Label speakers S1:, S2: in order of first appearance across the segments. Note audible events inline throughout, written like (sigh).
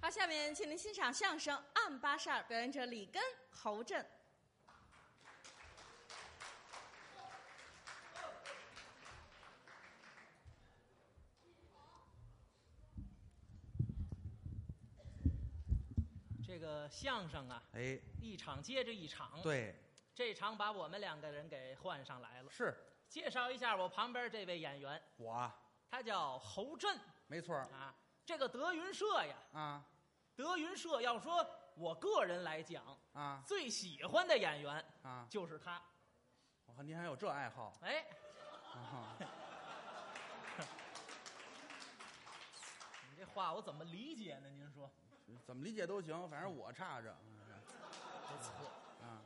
S1: 好，下面请您欣赏相声《暗八扇儿》，表演者李根、侯震。
S2: 这个相声啊，
S3: 哎，
S2: 一场接着一场。，
S3: 对，
S2: 这场把我们两个人给换上来了。
S3: 是
S2: 介绍一下我旁边这位演员，
S3: 我啊，
S2: 他叫侯震
S3: 没错儿
S2: 啊。这个德云社呀，
S3: 啊
S2: 德云社要说我个人来讲，
S3: 啊
S2: 最喜欢的演员
S3: 啊！
S2: 就是他。
S3: 我看您还有这爱好
S2: 哎，
S3: 啊！
S2: 你这话我怎么理解呢？您说
S3: 怎么理解都行，反正我差着。
S2: 不错，
S3: 啊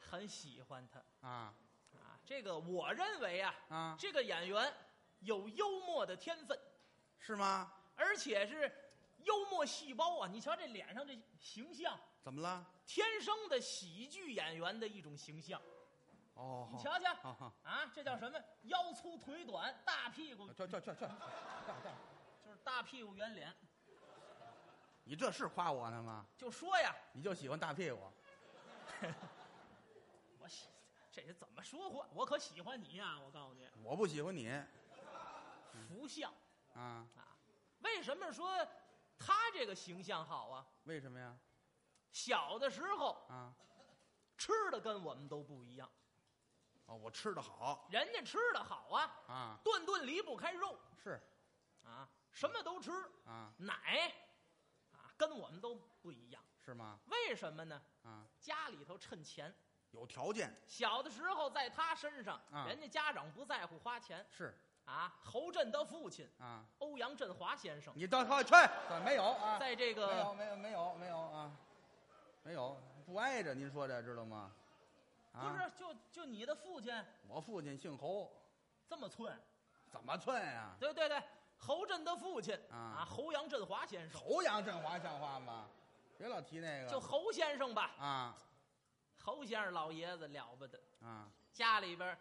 S2: 很喜欢他
S3: 啊
S2: 啊。这个我认为啊，
S3: 啊！
S2: 这个演员有幽默的天分，
S3: 是吗？
S2: 而且是幽默细胞啊！你瞧这脸上这形象，
S3: 怎么了？
S2: 天生的喜剧演员的一种形象。
S3: 哦，
S2: 你瞧瞧
S3: 好好，
S2: 啊，这叫什么？腰粗腿短，大屁股
S3: 这这这这，
S2: 就是大屁股圆脸。
S3: 你这是夸我呢吗？
S2: 就说呀，
S3: 你就喜欢大屁股？
S2: 我喜这人怎么说话？我可喜欢你呀、我告诉你，
S3: 我不喜欢你
S2: 福相
S3: 啊？
S2: 啊。为什么说他这个形象好啊？
S3: 为什么呀？
S2: 小的时候
S3: 啊
S2: 吃的跟我们都不一样，
S3: 哦，我吃的好
S2: 人家吃的好啊，
S3: 啊，
S2: 顿顿离不开肉
S3: 是
S2: 啊，什么都吃，
S3: 啊，
S2: 奶啊，跟我们都不一样。
S3: 是吗？
S2: 为什么呢？
S3: 啊，
S2: 家里头趁钱。
S3: 有条件
S2: 小的时候，在他身上，
S3: 啊
S2: 人家家长不在乎花钱
S3: 是
S2: 啊。侯震的父亲
S3: 啊。
S2: 欧阳振华先生，
S3: 你到他去，没有啊？
S2: 在这
S3: 没有
S2: 个
S3: 没有没有没有啊，没有不挨着，您说这知道吗？啊，
S2: 不是就就你的父亲
S3: 我父亲姓侯，
S2: 这么寸，
S3: 怎么寸呀、
S2: 对对对，侯震的父亲啊，
S3: 啊
S2: 侯阳振华先生，
S3: 侯阳振华像话吗？别老提那个，
S2: 就侯先生吧，
S3: 啊
S2: 侯先生老爷子了不得，
S3: 啊，
S2: 家里边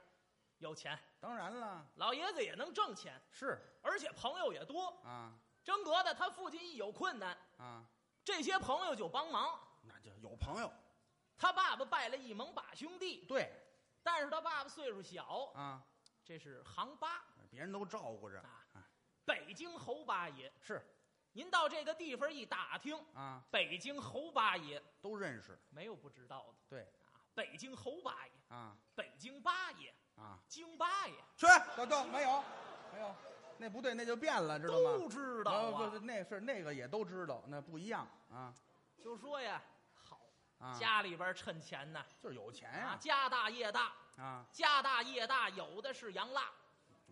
S2: 有钱，
S3: 当然了，
S2: 老爷子也能挣钱，
S3: 是
S2: 而且朋友也多。
S3: 啊
S2: 真格的，他父亲一有困难，
S3: 啊，
S2: 这些朋友就帮忙。
S3: 那就有朋友，
S2: 他爸爸拜了一盟把兄弟，
S3: 对
S2: 但是他爸爸岁数小，
S3: 啊，
S2: 这是杭八
S3: 别人都照顾着，
S2: 啊，北京侯八爷。
S3: 是
S2: 您到这个地方一打听，
S3: 啊，
S2: 北京侯八爷
S3: 都认识，
S2: 没有不知道的
S3: 对
S2: 啊。北京侯八爷，
S3: 啊
S2: 北京八爷，
S3: 啊，
S2: 京八爷
S3: 去，都都没有没有，那不对，那就变了，知道
S2: 都
S3: 吗？
S2: 知
S3: 知
S2: 道
S3: 不不，
S2: 啊。
S3: 那是那个也都知道，那不一样啊
S2: 就说呀，好，
S3: 啊，
S2: 家里边趁钱呐，
S3: 就是有钱
S2: 啊，
S3: 呀
S2: 家大业大，
S3: 啊，
S2: 家大业大，有的是洋蜡，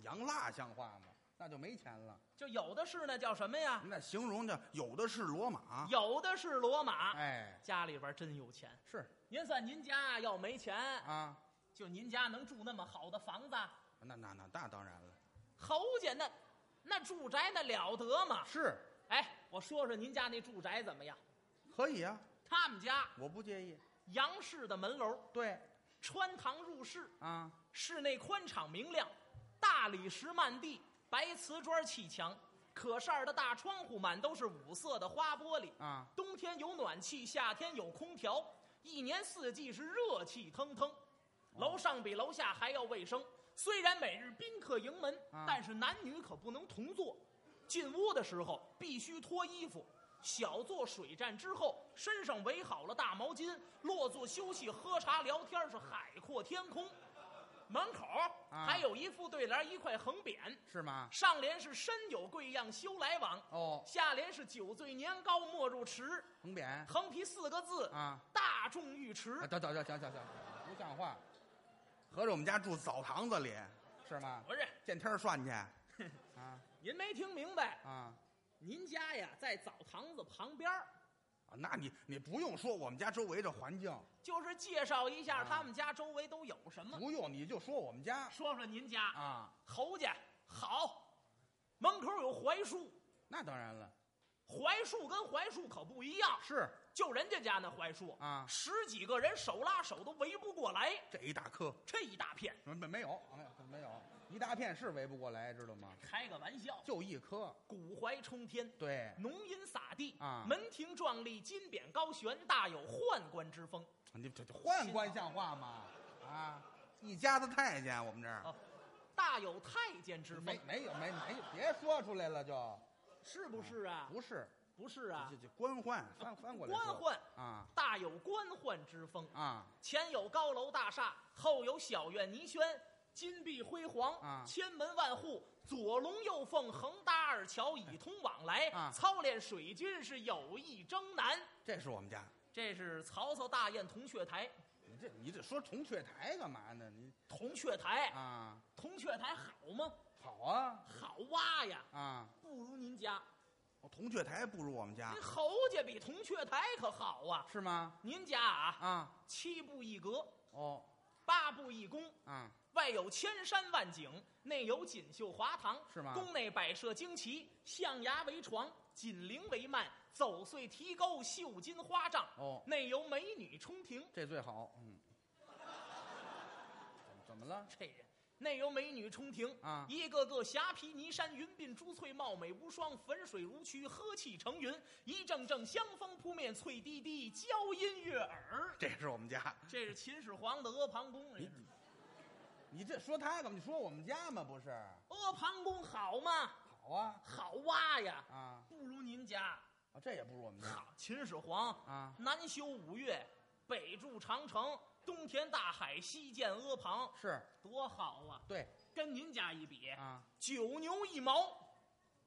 S3: 洋蜡像话吗？那就没钱了。
S2: 就有的是那叫什么呀？
S3: 那形容叫有的是罗马，
S2: 有的是罗马。
S3: 哎，
S2: 家里边真有钱。
S3: 是
S2: 您算您家要没钱，
S3: 啊，
S2: 就您家能住那么好的房子，
S3: 那那那那当然了，
S2: 侯家那那住宅那了得吗？
S3: 是
S2: 哎，我说说您家那住宅怎么样？
S3: 可以啊，
S2: 他们家
S3: 我不介意。
S2: 洋式的门楼，
S3: 对
S2: 穿堂入室，
S3: 啊，
S2: 室内宽敞明亮，大理石漫地，白瓷砖砌墙，可扇儿的大窗户满都是五色的花玻璃。
S3: 啊，
S2: 冬天有暖气，夏天有空调，一年四季是热气腾腾。楼上比楼下还要卫生。虽然每日宾客迎门，
S3: 啊
S2: 但是男女可不能同坐。进屋的时候必须脱衣服。小坐水站之后，身上围好了大毛巾；落座休息、喝茶聊天是海阔天空。门口
S3: 啊
S2: 还有一副对联，一块横匾，
S3: 是吗？
S2: 上联是“身有贵样休来往”，
S3: 哦，
S2: 下联是“酒醉年高莫入池
S3: 横匾”，
S2: 横批四个字
S3: 啊，
S2: 大众浴池
S3: 啊，”。等等等，行行行，不像话。合着我们家住澡堂子里，是吗？
S2: 不是，
S3: 见天儿涮去，啊
S2: 您没听明白，
S3: 啊。
S2: 您家呀在澡堂子旁边儿
S3: 啊那你你不用说我们家周围这环境，
S2: 就是介绍一下
S3: 啊
S2: 他们家周围都有什么。
S3: 不用你就说我们家
S2: 说说您家
S3: 啊，
S2: 侯家好，门口有槐树，
S3: 那当然了，
S2: 槐树跟槐树可不一样，
S3: 是
S2: 就人家家那槐树
S3: 啊
S2: 十几个人手拉手都围不过来，
S3: 这一大棵，
S2: 这一大片
S3: 嗯哎没没没有没有没有，一大片是围不过来，知道吗？
S2: 开个玩笑，
S3: 就一棵，
S2: 古槐冲天，
S3: 对，
S2: 浓荫洒地
S3: 啊
S2: 门庭壮丽，金匾高悬，大有宦官之风。
S3: 你这这宦官像话吗？啊，一家子太监，我们这儿
S2: 啊大有太监之
S3: 没
S2: 风，
S3: 没有没没有，别说出来了就是
S2: 不是啊？
S3: 不是，
S2: 不是啊
S3: 这，这官宦翻翻过来
S2: 官
S3: 说
S2: 宦
S3: 啊
S2: 大有官宦之风，
S3: 啊，
S2: 前有高楼大厦，后有小院泥轩，金碧辉煌，
S3: 啊
S2: 千门万户，左龙右凤，横搭二桥，以通往来。
S3: 啊
S2: 操练水军是有意征南。
S3: 这是我们家。
S2: 这是曹操大宴铜雀台，
S3: 你这你这说铜雀台干嘛呢？你
S2: 铜雀台，
S3: 啊，
S2: 铜雀台好吗？
S3: 好啊
S2: 好挖呀，
S3: 啊，
S2: 不如您家。
S3: 哦铜雀台不如我们家
S2: 您侯家比铜雀台可好啊！
S3: 是吗？
S2: 您家啊，
S3: 啊
S2: 七步一阁，
S3: 哦
S2: 八步一宫，
S3: 啊，
S2: 外有千山万景，内有锦绣华堂，
S3: 是吗
S2: 宫内摆设旌旗，象牙为床，锦绫为幔，走穗提钩，绣金花帐。
S3: 哦，
S2: 内有美女冲庭，
S3: 这最好。嗯，怎么怎么了？
S2: 这人内有美女冲庭
S3: 啊
S2: 一个个霞披霓衫，云鬓珠翠，貌美无双，粉水如曲，呵气成云，一阵阵香风扑面，翠滴滴，娇音悦耳。
S3: 这是我们家。
S2: 这是秦始皇的阿房宫，这
S3: 你
S2: 是
S3: 你你这说他干嘛？你说我们家吗？不是，
S2: 阿房宫好吗？
S3: 好啊
S2: 好挖呀，
S3: 啊
S2: 不如您家。
S3: 啊，这也不如我们家
S2: 好，秦始皇
S3: 啊，
S2: 南修五岳，北筑长城，东填大海，西建阿房，
S3: 是
S2: 多好啊！
S3: 对
S2: 跟您家一比，
S3: 啊，
S2: 九牛一毛，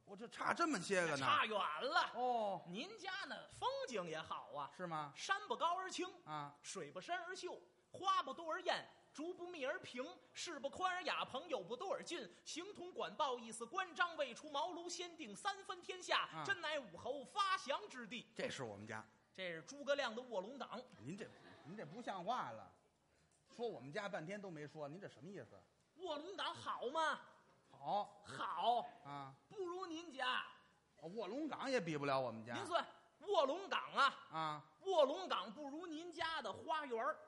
S3: 我这差这么些个呢。
S2: 差远了。
S3: 哦，
S2: 您家呢，风景也好啊，
S3: 是吗？
S2: 山不高而清，
S3: 啊，
S2: 水不深而秀，花不多而艳，竹不密而平，士不宽而雅，朋友不多而近。形同管鲍，意思关张，未出茅庐，先定三分天下，
S3: 啊
S2: 真乃武侯发祥之地。
S3: 这是我们家。
S2: 这是诸葛亮的卧龙岗。
S3: 您这您这不像话了，说我们家半天都没说，您这什么意思？
S2: 卧龙岗好吗？
S3: 好
S2: 好，
S3: 啊，哦
S2: 不如您家。
S3: 卧龙岗也比不了我们家
S2: 您算卧龙岗啊，
S3: 啊。
S2: 卧龙岗不如您家的花园儿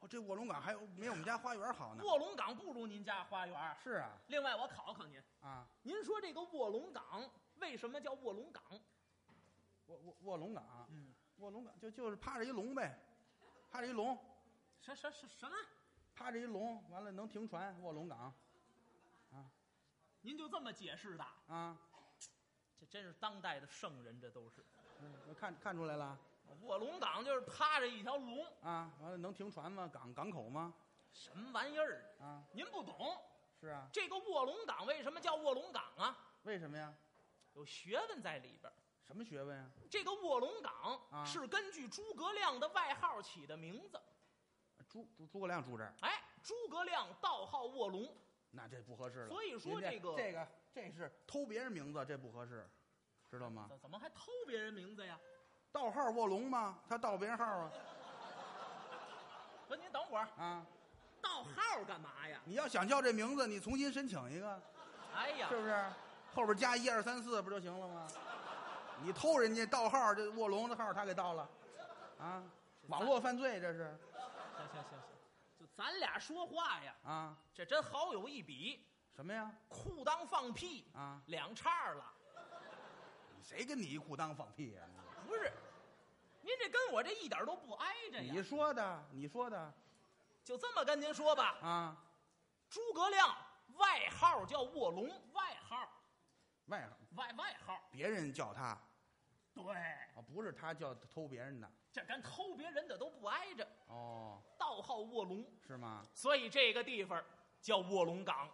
S3: 哦，这卧龙岗还有没我们家花园好呢？
S2: 卧龙岗不如您家花园儿
S3: 是啊
S2: 另外，我考考您，
S3: 啊，
S2: 您说这个卧龙岗为什么叫卧龙岗？
S3: 卧卧卧龙岗，
S2: 嗯，
S3: 卧龙岗就就是趴着一龙呗，趴着一龙，
S2: 什什什什么？
S3: 趴着一龙，完了能停船，卧龙岗
S2: 您就这么解释的？
S3: 啊，
S2: 这真是当代的圣人，这都是。
S3: 嗯看看出来了
S2: 卧龙岗就是趴着一条龙，
S3: 啊，完了能停船吗？港港口吗？
S2: 什么玩意儿？
S3: 啊，
S2: 您不懂，
S3: 是啊，
S2: 这个卧龙岗为什么叫卧龙岗啊？
S3: 为什么呀？
S2: 有学问在里边儿。
S3: 什么学问呀？
S2: 这个卧龙岗
S3: 啊
S2: 是根据诸葛亮的外号起的名字。
S3: 诸诸诸葛亮住这儿，
S2: 哎，诸葛亮道号卧龙，
S3: 那这不合适了。
S2: 所以说
S3: 您这
S2: 个
S3: 这个这是偷别人名字，这不合适，知道吗？
S2: 怎怎么还偷别人名字呀？
S3: 盗号卧龙吗？他盗别人号啊
S2: 不是，您等会儿
S3: 啊！
S2: 盗号干嘛呀？
S3: 你要想叫这名字，你重新申请一个，
S2: 哎呀
S3: 是，不是？后边加一二三四不就行了吗？你偷人家盗号，这卧龙的号他给盗了，啊！网络犯罪这是
S2: 行行行行，就咱俩说话呀，
S3: 啊？
S2: 这真好有一比。
S3: 什么呀？
S2: 裤裆放屁
S3: 啊
S2: 两叉了，
S3: 谁跟你一裤裆放屁呀、
S2: 不是？您这跟我这一点都不挨着
S3: 你
S2: 呀。
S3: 说的，你说的
S2: 就这么跟您说吧，
S3: 啊？
S2: 诸葛亮外号叫卧龙，外号
S3: 外号
S2: 外外号，
S3: 别人叫他啊，
S2: 对，
S3: 不是他叫偷别人的
S2: 这跟偷别人的都不挨着，
S3: 哦，
S2: 道号卧龙，
S3: 是吗？
S2: 所以这个地方叫卧龙岗。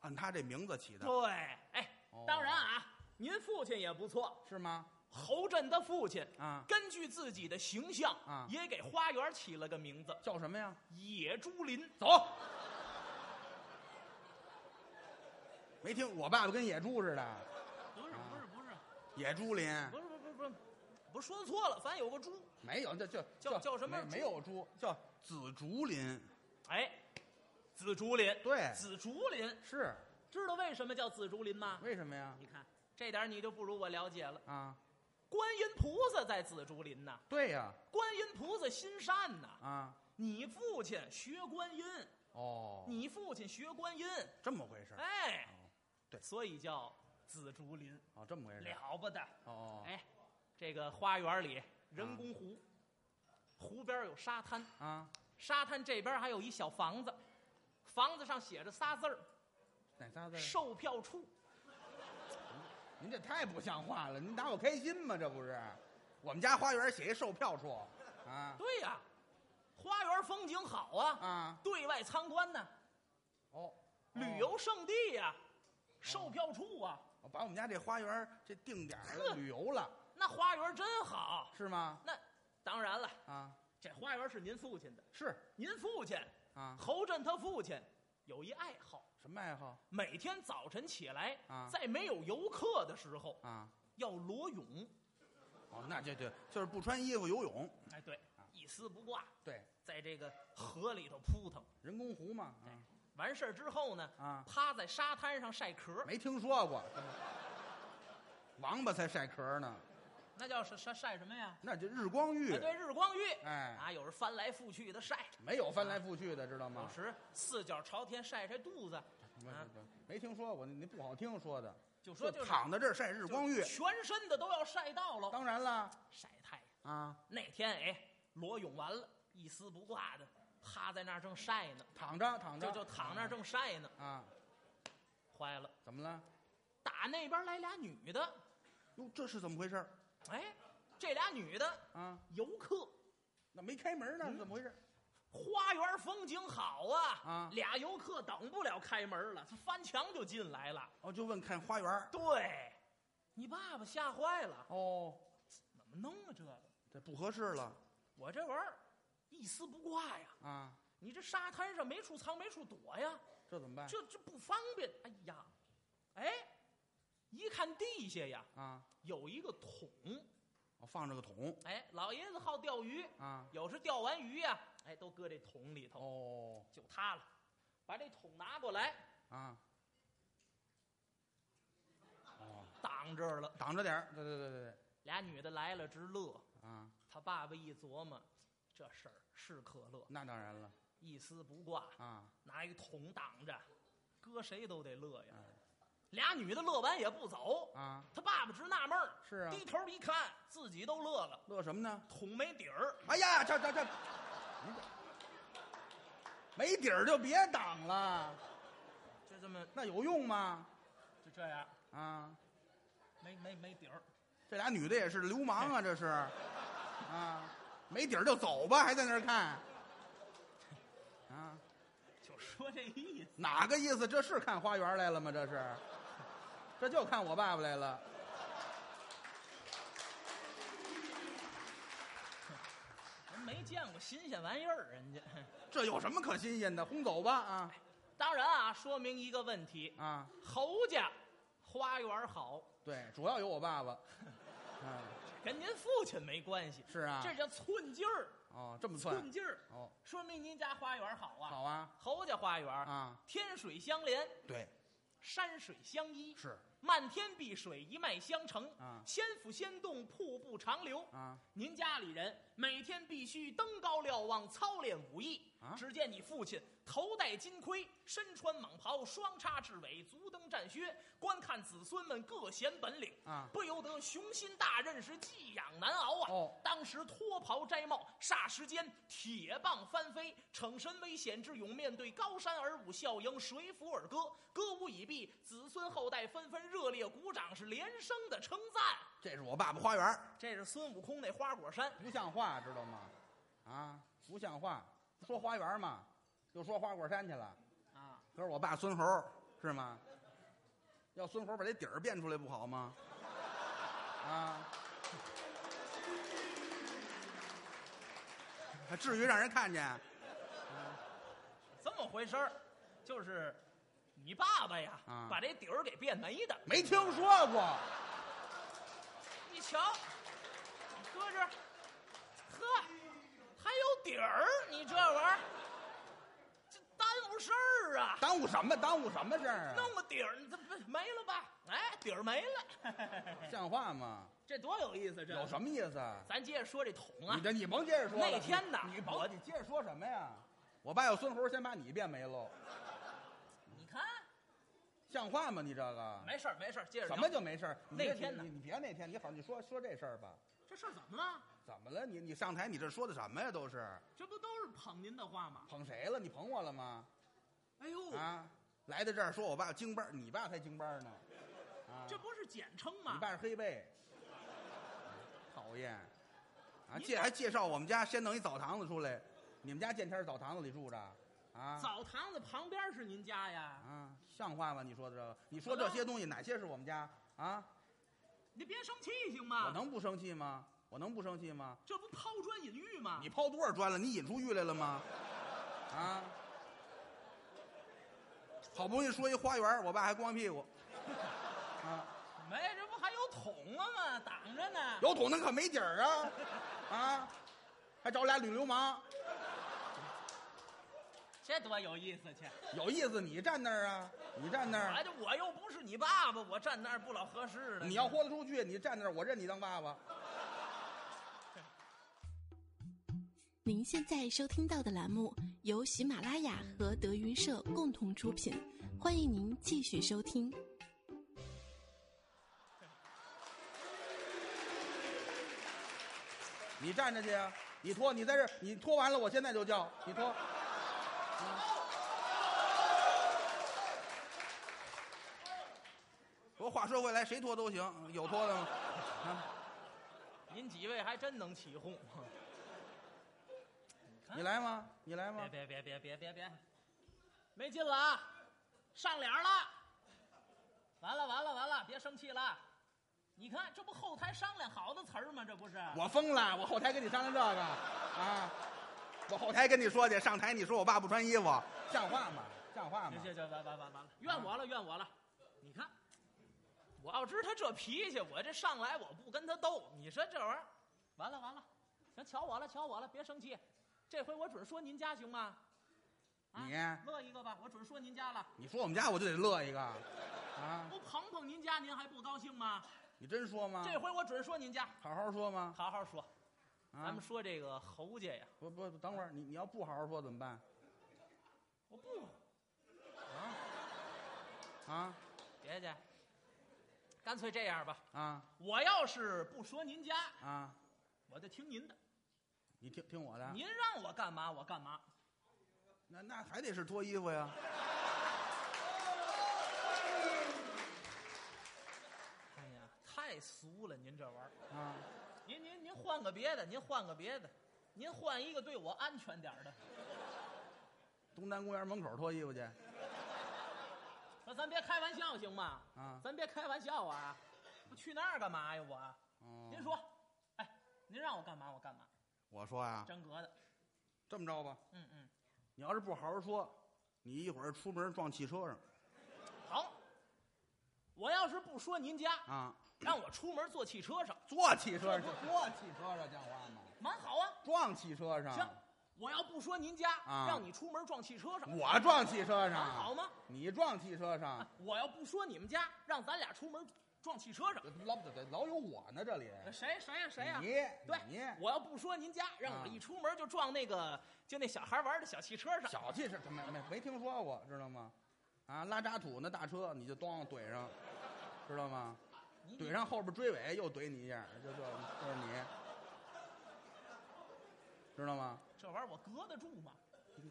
S3: 按他这名字起的，
S2: 对，哎
S3: 哦，
S2: 当然啊，您父亲也不错，
S3: 是吗？
S2: 侯震的父亲
S3: 啊，
S2: 根据自己的形象
S3: 啊
S2: 也给花园起了个名字
S3: 叫什么呀？
S2: ——野猪林。
S3: 走。没听，我爸爸跟野猪似的，
S2: 不是不是不是
S3: 野猪林
S2: 不是不是不是不是，不是说错了，咱有个猪。
S3: 没有，这这
S2: 叫叫什么
S3: 没没有猪，叫紫竹林。
S2: 哎，紫竹林，
S3: 对
S2: 紫竹林，
S3: 是
S2: 知道为什么叫紫竹林吗？
S3: 为什么呀？
S2: 你看这点儿你就不如我了解了。
S3: 啊，
S2: 观音菩萨在紫竹林呐，
S3: 对呀，
S2: 观音菩萨心善呐。
S3: 啊，
S2: 你父亲学观音，
S3: 哦，
S2: 你父亲学观音，
S3: 这么回事儿哦
S2: 哎，
S3: 对
S2: 所以叫紫竹林，
S3: 哦，这么回事儿
S2: 了不得。
S3: 哦嗯
S2: 哎，这个花园里人工湖，湖边有沙滩，
S3: 哦啊，
S2: 沙滩这边还有一小房子，房子上写着仨字儿
S3: 哪仨
S2: “
S3: 字儿？
S2: 售票处
S3: 您这太不像话了！您打我开心吗？这不是，我们家花园写一售票处，”。啊
S2: 对呀、花园风景好啊，
S3: 啊
S2: 对外参观呢，
S3: 哦，
S2: 旅游胜地呀、售票处啊，
S3: 哦把我们家这花园这定点儿了
S2: 呵
S3: 旅游了
S2: 那花园真好。
S3: 是吗？
S2: 那当然了，
S3: 啊，
S2: 这花园是您父亲的，
S3: 是
S2: 您父亲
S3: 啊，
S2: 侯震他父亲有一爱好，
S3: 什么爱好
S2: 每天早晨起来，
S3: 啊
S2: 在没有游客的时候
S3: 啊？
S2: 要裸泳。
S3: 哦，那这这就是不穿衣服游泳，
S2: 哎，对，一丝不挂，
S3: 啊对，
S2: 在这个河里头扑腾。
S3: 人工湖嘛，
S2: 完事儿之后呢，
S3: 啊啊，
S2: 趴在沙滩上晒壳，
S3: 没听说过，王八才晒壳呢，
S2: 那叫晒晒晒什么呀？
S3: 那就日光浴
S2: 哎，，对，日光浴。
S3: 哎，
S2: 啊，有人翻来覆去的晒，
S3: 没有翻来覆去的，知道
S2: 有
S3: 吗？
S2: 时四脚朝天晒晒肚子，
S3: 没没听说过，那不好听说的，
S2: 就说就是
S3: 躺在这儿晒日光浴
S2: 就，全身的都要晒到了，
S3: 当然了
S2: 晒太阳。
S3: 啊，
S2: 那天哎，裸泳完了，一丝不挂的趴在那儿正晒呢，
S3: 躺着躺着
S2: 就就躺那儿正晒呢，
S3: 啊，
S2: 坏了，
S3: 怎么了？
S2: 打那边来俩女的，
S3: 哟，这是怎么回事儿
S2: 哎，这俩女的
S3: 啊？
S2: 游客，
S3: 那没开门呢，怎么回事？
S2: 花园风景好啊，
S3: 啊
S2: 俩游客等不了开门了，他翻墙就进来了。
S3: 哦，就问看花园儿
S2: 对，你爸爸吓坏了，
S3: 哦，
S2: 怎么弄啊这个？
S3: 这不合适了
S2: 我这玩意儿一丝不挂呀，
S3: 啊，
S2: 你这沙滩上没处藏没处躲呀，
S3: 这怎么办？
S2: 这这不方便。哎呀，哎，一看地下呀
S3: 啊，
S2: 有一个桶，
S3: 我放着个桶
S2: 哎，老爷子好钓鱼，
S3: 啊，
S2: 有时钓完鱼呀，哎，都搁这桶里头，
S3: 哦
S2: 就它了。把这桶拿过来，
S3: 啊，哦，
S2: 挡这儿了。
S3: 挡着点儿，对对对对对，
S2: 俩女的来了直乐，
S3: 啊，
S2: 他爸爸一琢磨，这事儿是可乐，
S3: 那当然了
S2: 一丝不挂，
S3: 啊，
S2: 拿一个桶挡着，搁谁都得乐呀
S3: 哎。
S2: 俩女的乐完也不走，
S3: 啊，
S2: 他爸爸直纳闷儿，
S3: 是啊，
S2: 低头一看，自己都乐了，
S3: 乐什么呢？
S2: 桶没底儿，
S3: 哎呀，这这这，你这没底儿就别挡了，
S2: 就这么
S3: 那有用吗？
S2: 就这样，
S3: 啊，
S2: 没没没底儿。
S3: 这俩女的也是流氓啊，这是，啊，没底儿就走吧，还在那儿看，啊，
S2: 就说这意思，
S3: 哪个意思？这是看花园来了吗？这是，这就看我爸爸来了。
S2: 人没见过新鲜玩意儿，人家。
S3: 这有什么可新鲜的？轰走吧啊
S2: 当然啊，说明一个问题，
S3: 啊！
S2: 侯家花园好，
S3: 对，主要有我爸爸。嗯，
S2: 跟您父亲没关系，
S3: 是啊。
S2: 这叫嗯寸劲儿。
S3: 哦，这么算
S2: 寸劲儿，
S3: 哦，
S2: 说明您家花园好啊。
S3: 好啊
S2: 侯家花园，
S3: 啊！
S2: 天水相连，
S3: 对，
S2: 山水相依，
S3: 是
S2: 漫天碧水，一脉相承。
S3: 啊
S2: 仙府仙洞，瀑布长流。
S3: 啊，
S2: 您家里人每天必须登高瞭望，操练武艺。
S3: 啊
S2: 只见你父亲头戴金盔，身穿蟒袍，双叉至尾，足蹬战靴，观看子孙们各显本领。
S3: 啊
S2: 不由得雄心大任，是寄养难熬啊！
S3: 哦
S2: 当时脱袍摘帽，霎时间铁棒翻飞，逞神威险智勇，面对高山而舞，笑迎水府而歌，歌舞已毕，子孙后代纷纷热烈鼓掌，是连声的称赞。
S3: 这是我爸爸花园，
S2: 这是孙悟空那花果山，
S3: 不像话，知道吗？啊，不像话，说花园嘛，又说花果山去了。
S2: 啊，
S3: 可是我爸孙猴是吗？要孙猴把这底儿变出来不好吗？啊，还至于让人看见？
S2: 这么回事儿，就是你爸爸呀，
S3: 啊
S2: 把这底儿给变没的。
S3: 没听说过。
S2: 你瞧，搁这儿，呵，还有底儿，你这玩意儿，这耽误事儿啊！
S3: 耽误什么？耽误什么事儿啊？
S2: 弄个底儿，你这不没了吧？哎，底儿没了， (laughs)
S3: 像话吗？
S2: 这多有意思！这
S3: 有什么意思啊？
S2: 咱接着说这桶啊
S3: 你，的你甭接着说了。
S2: 那天呐
S3: 你甭
S2: 我
S3: 你接着说什么呀？我爸有孙猴，先把你变没喽，
S2: 你看，
S3: 像话吗？你这个
S2: 没事儿没事儿，接着
S3: 什
S2: 聊
S3: 么就没事儿？你别
S2: 那天呢
S3: 你你别那天，你好，你说说这事儿吧。
S2: 这事儿怎么了？
S3: 怎么了？你你上台，你这说的什么呀？都是
S2: 这不都是捧您的话吗？
S3: 捧谁了？你捧我了吗？
S2: 哎呦，
S3: 啊，来到这儿说我爸京班儿，你爸才京班儿呢，啊，
S2: 这不是简称
S3: 你
S2: 吗？
S3: 爸是黑背，讨厌，啊，
S2: 你
S3: 介
S2: 爸
S3: 还介绍我们家先弄一澡堂子出来，你们家见天儿澡堂子里住着，啊
S2: 澡堂子旁边是您家呀？
S3: 啊，像话吗？你说的这个，你说这些东西哪些是我们家啊？
S2: 你别生气行
S3: 我
S2: 吗？
S3: 能不生气吗？我能不生气吗？
S2: 这不抛砖引玉吗？
S3: 你抛多少砖了？你引出玉来了吗？啊！好不容易说一花园，我爸还光屁股，啊，
S2: 没，这不还有桶了吗？挡着呢。
S3: 有桶那可没底儿啊，啊，还找俩女流氓，
S2: 这多有意思去！
S3: 有意思，你站那儿啊，你站那儿，
S2: 哎，这我又不是你爸爸，我站那儿不老合适的。
S3: 你要豁得出去，你站那儿，我认你当爸爸。
S4: 您现在收听到的栏目由喜马拉雅和德云社共同出品，欢迎您继续收听。
S3: 你站着去啊！你脱，你在这儿，你脱完了，我现在就叫你嗯脱。我话说回来，谁脱都行，有脱的吗？
S2: 您几位还真能起哄。
S3: 你来吗？你来吗？
S2: (laughs) 别别别别别别别，没劲了啊！上脸了，完了完了完了！别生气了，你看这不后台商量好的词儿吗？这不是
S3: 我疯了！我后台跟你商量这个啊！我后台跟你说去，上台你说我爸不穿衣服，像话吗？像话吗
S2: 行？行行，完完完完了，怨我了怨我了！你看，我要知他这脾气，我这上来我不跟他斗，你说这玩意儿，完了完了，行，瞧我了瞧我了，别生气，这回我准说您家行吗？啊
S3: 你
S2: 乐一个吧，我准说您家了，
S3: 你说我们家我就得乐一个，啊！
S2: 不捧捧您家您还不高兴吗？
S3: 你真说吗？
S2: 这回我准说您家，
S3: 好好说吗？
S2: 好好说。
S3: 啊
S2: 咱们说这个侯家呀，
S3: 不不，等会儿你你要不好好说怎么办？
S2: 我不
S3: 啊
S2: 别介，干脆这样吧，
S3: 啊
S2: 我要是不说您家，
S3: 啊！
S2: 我就听您的，
S3: 你听听我的，
S2: 您让我干嘛我干嘛。
S3: 那那还得是脱衣服呀。
S2: 哎呀，太俗了，您这玩意儿，
S3: 啊，
S2: 您您您换个别的，您换个别的，您换一个对我安全点儿的。
S3: 东单公园门口脱衣服去
S2: 说咱别开玩笑行吗？
S3: 啊。
S2: 咱别开玩笑啊！我去那儿干嘛呀我？
S3: 哦
S2: 您，说，哎，您让我干嘛我干嘛，
S3: 我说呀，
S2: 真格的，
S3: 这么着吧，
S2: 嗯嗯，
S3: 你要是不好好说，你一会儿出门撞汽车上
S2: 好。我要是不说您家，
S3: 啊，
S2: 让我出门坐汽车上，
S3: 坐汽车上，坐汽车上像话吗？
S2: 蛮好啊。
S3: 撞汽车
S2: 行
S3: 上，，
S2: 我要不说您家，
S3: 啊
S2: 让你出门撞汽车上，
S3: 我撞汽车
S2: 蛮好
S3: 上，
S2: 吗？
S3: 你撞汽车上，
S2: 我要不说你们家，让咱俩出门撞汽车上，
S3: 老老有我呢这里，
S2: 谁谁呀、谁呀、
S3: 你
S2: 对
S3: 你
S2: 我要不说您家，让
S3: 啊
S2: 我一出门就撞那个，就那小孩玩的小汽车上。
S3: 小汽车没没没听说过，知道吗？啊，拉渣土那大车你就咣怼上，知道吗？
S2: 你
S3: 怼上后边追尾又怼你一下，就这就是你，知道吗？
S2: 这玩意儿我隔得住吗？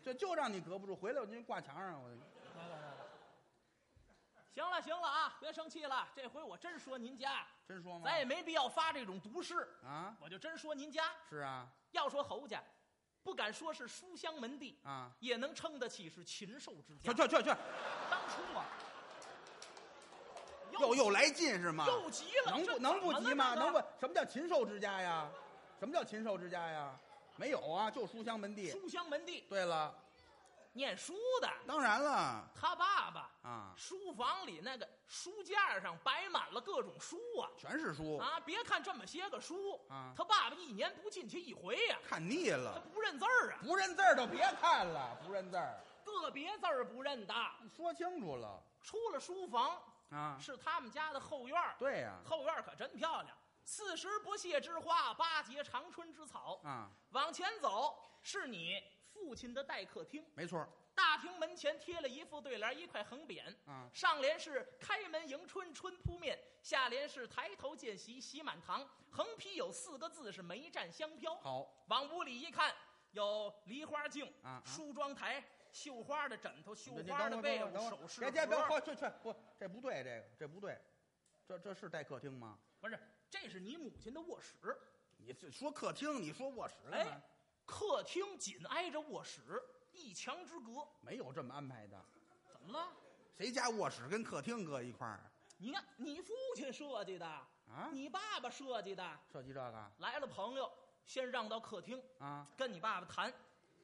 S3: 这就让你隔不住，回来我就挂墙上，我
S2: 来来来来行了行了啊，别生气了，这回我真说您家，
S3: 真说吗？
S2: 咱也没必要发这种毒誓，
S3: 啊，
S2: 我就真说您家。
S3: 是啊
S2: 要说侯家，不敢说是书香门第，
S3: 啊，
S2: 也能称得起是禽兽之
S3: 去
S2: 家。
S3: 去去去，
S2: 当初啊，
S3: 又又来劲是吗？
S2: 又急了，
S3: 能
S2: 这
S3: 不能不
S2: 怎么
S3: 急
S2: 了
S3: 吗？
S2: 这
S3: 能
S2: 个
S3: 不？什么叫禽兽之家呀？什么叫禽兽之家呀？没有啊，就书香门第。
S2: 书香门第，
S3: 对了，
S2: 念书的，
S3: 当然了
S2: 他爸爸
S3: 啊，
S2: 书房里那个书架上摆满了各种书啊
S3: 全是书
S2: 啊！别看这么些个书
S3: 哦啊
S2: 他爸爸一年不进去一回呀、
S3: 看腻
S2: 他
S3: 了，
S2: 不认字儿啊，
S3: 不认字儿都别看了，不认字儿，
S2: 个别字儿不认的。
S3: 说清楚了
S2: 出了书房
S3: 啊。
S2: 是他们家的后院儿
S3: 对呀、
S2: 后院儿可真漂亮，四时不谢之花，八节长春之草。
S3: 啊，
S2: 往前走是你父亲的待客厅。
S3: 没错儿
S2: 大厅门前贴了一副对联，一块横匾，
S3: 啊，
S2: 上联是“开门迎春春扑面”，下联是“抬头见喜喜满堂”，横批有四个字是“梅占香飘”。
S3: 好
S2: 往屋里一看，有梨花镜、
S3: 啊啊
S2: 梳妆台、绣花的枕头、绣
S3: 你
S2: 花的被
S3: 等
S2: 褥、
S3: 会儿
S2: 首饰盒。
S3: 别别别，不去去不，这不对，这个这不对，这这是待客厅吗？
S2: 不是，这是你母亲的卧室，
S3: 你这说客厅，你说卧室干嘛
S2: 哎客厅紧挨着卧室，一墙之隔。
S3: 没有这么安排的，
S2: 怎么了？
S3: 谁家卧室跟客厅搁一块儿
S2: 你看，你父亲设计的，
S3: 啊？
S2: 你爸爸设计的。
S3: 设计这个
S2: 来了朋友，先让到客厅，
S3: 啊？
S2: 跟你爸爸谈，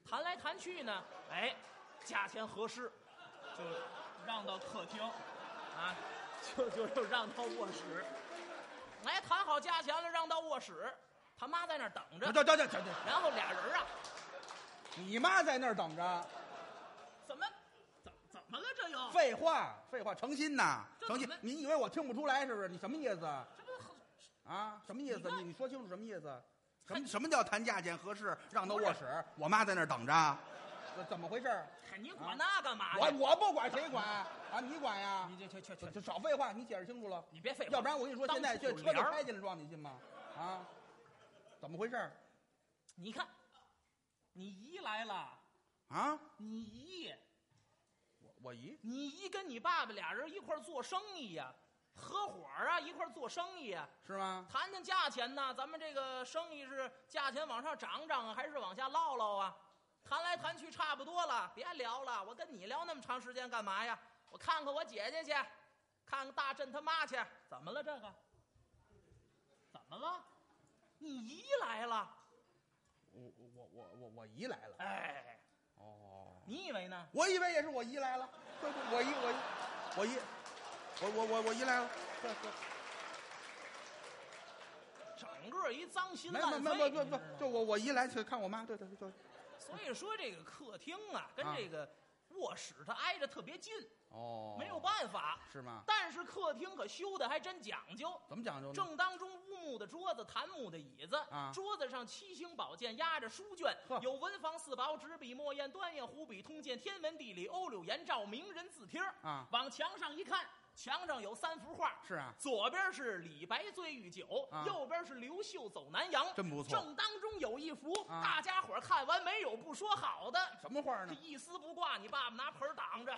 S2: 谈来谈去呢，哎，价钱合适，就让到客厅，啊，就就就让到卧室，哎，谈好价钱了，让到卧室，他妈在那儿等
S3: 等
S2: 着，
S3: 等等等等，
S2: 然后俩人啊，
S3: 你妈在那儿等
S2: 啊
S3: 着。
S2: 怎么，怎怎么了这又？
S3: 废话，废话，诚心呐，
S2: 这
S3: 诚心
S2: 怎么。
S3: 你以为我听不出来是不是？你什么意思
S2: 这不好
S3: 啊？什么意
S2: 你
S3: 思？
S2: 看
S3: 你你说清楚什么意思？什
S2: 看
S3: 么什么叫谈价钱合适？让到
S2: 不是
S3: 卧室，我妈在那儿等着，哎怎怎么回事？
S2: 嗨你管那干嘛
S3: 我
S2: 呀？
S3: 我不管谁管啊？你管呀
S2: 你？这去去去，
S3: 就少废话，你解释清楚了，
S2: 你别废话，
S3: 要不然我跟你说，
S2: 当
S3: 现在
S2: 初有
S3: 这车就
S2: 帘儿
S3: 开进来撞你信吗？啊？怎么回事？
S2: 你看，你姨来了，
S3: 啊？
S2: 你姨。
S3: 我我姨
S2: 你姨跟你爸爸俩人一块儿做生意呀、合伙儿啊，一块儿做生意呀、
S3: 是吗？
S2: 谈谈价钱呐，咱们这个生意是价钱往上涨涨啊，还是往下落落啊？谈来谈去差不多了，别聊了，我跟你聊那么长时间干嘛呀？我看看我姐姐去，看看大振他妈去，怎么了这个？怎么了？你姨来了，
S3: 我我我我我姨来了。
S2: 哎，
S3: 哦。
S2: 你以为呢？
S3: 我以为也是我姨来了，对对， (laughs) 我姨我姨我姨，我我我我姨来了，对对，
S2: 整个一脏心
S3: 没
S2: 烂
S3: 没
S2: 肺，
S3: 没没没
S2: 你知
S3: 没
S2: 道吗，
S3: 就我我姨来去看我妈，对对对，
S2: 所以说这个客厅啊，跟
S3: 啊
S2: 这个卧室它挨着特别近，
S3: 哦
S2: 没有办法。
S3: 是吗？
S2: 但是客厅可修的还真讲究，
S3: 怎么讲究呢？
S2: 正当中乌木的桌子、檀木的椅子，
S3: 嗯啊
S2: 桌子上七星宝剑压着书卷
S3: 呵，
S2: 有文房四宝、纸笔墨砚、端砚、湖笔、通鉴、天文地理、欧柳颜照、名人字帖儿
S3: 啊，
S2: 往墙上一看，墙上有三幅画，
S3: 是啊，
S2: 左边是李白醉御酒，
S3: 啊
S2: 右边是刘秀走南洋，
S3: 真不错
S2: 正当中有一幅，
S3: 啊
S2: 大家伙儿看完没有不说好的，
S3: 什么画
S2: 这
S3: 呢？
S2: 一丝不挂，你爸爸拿盆儿挡着，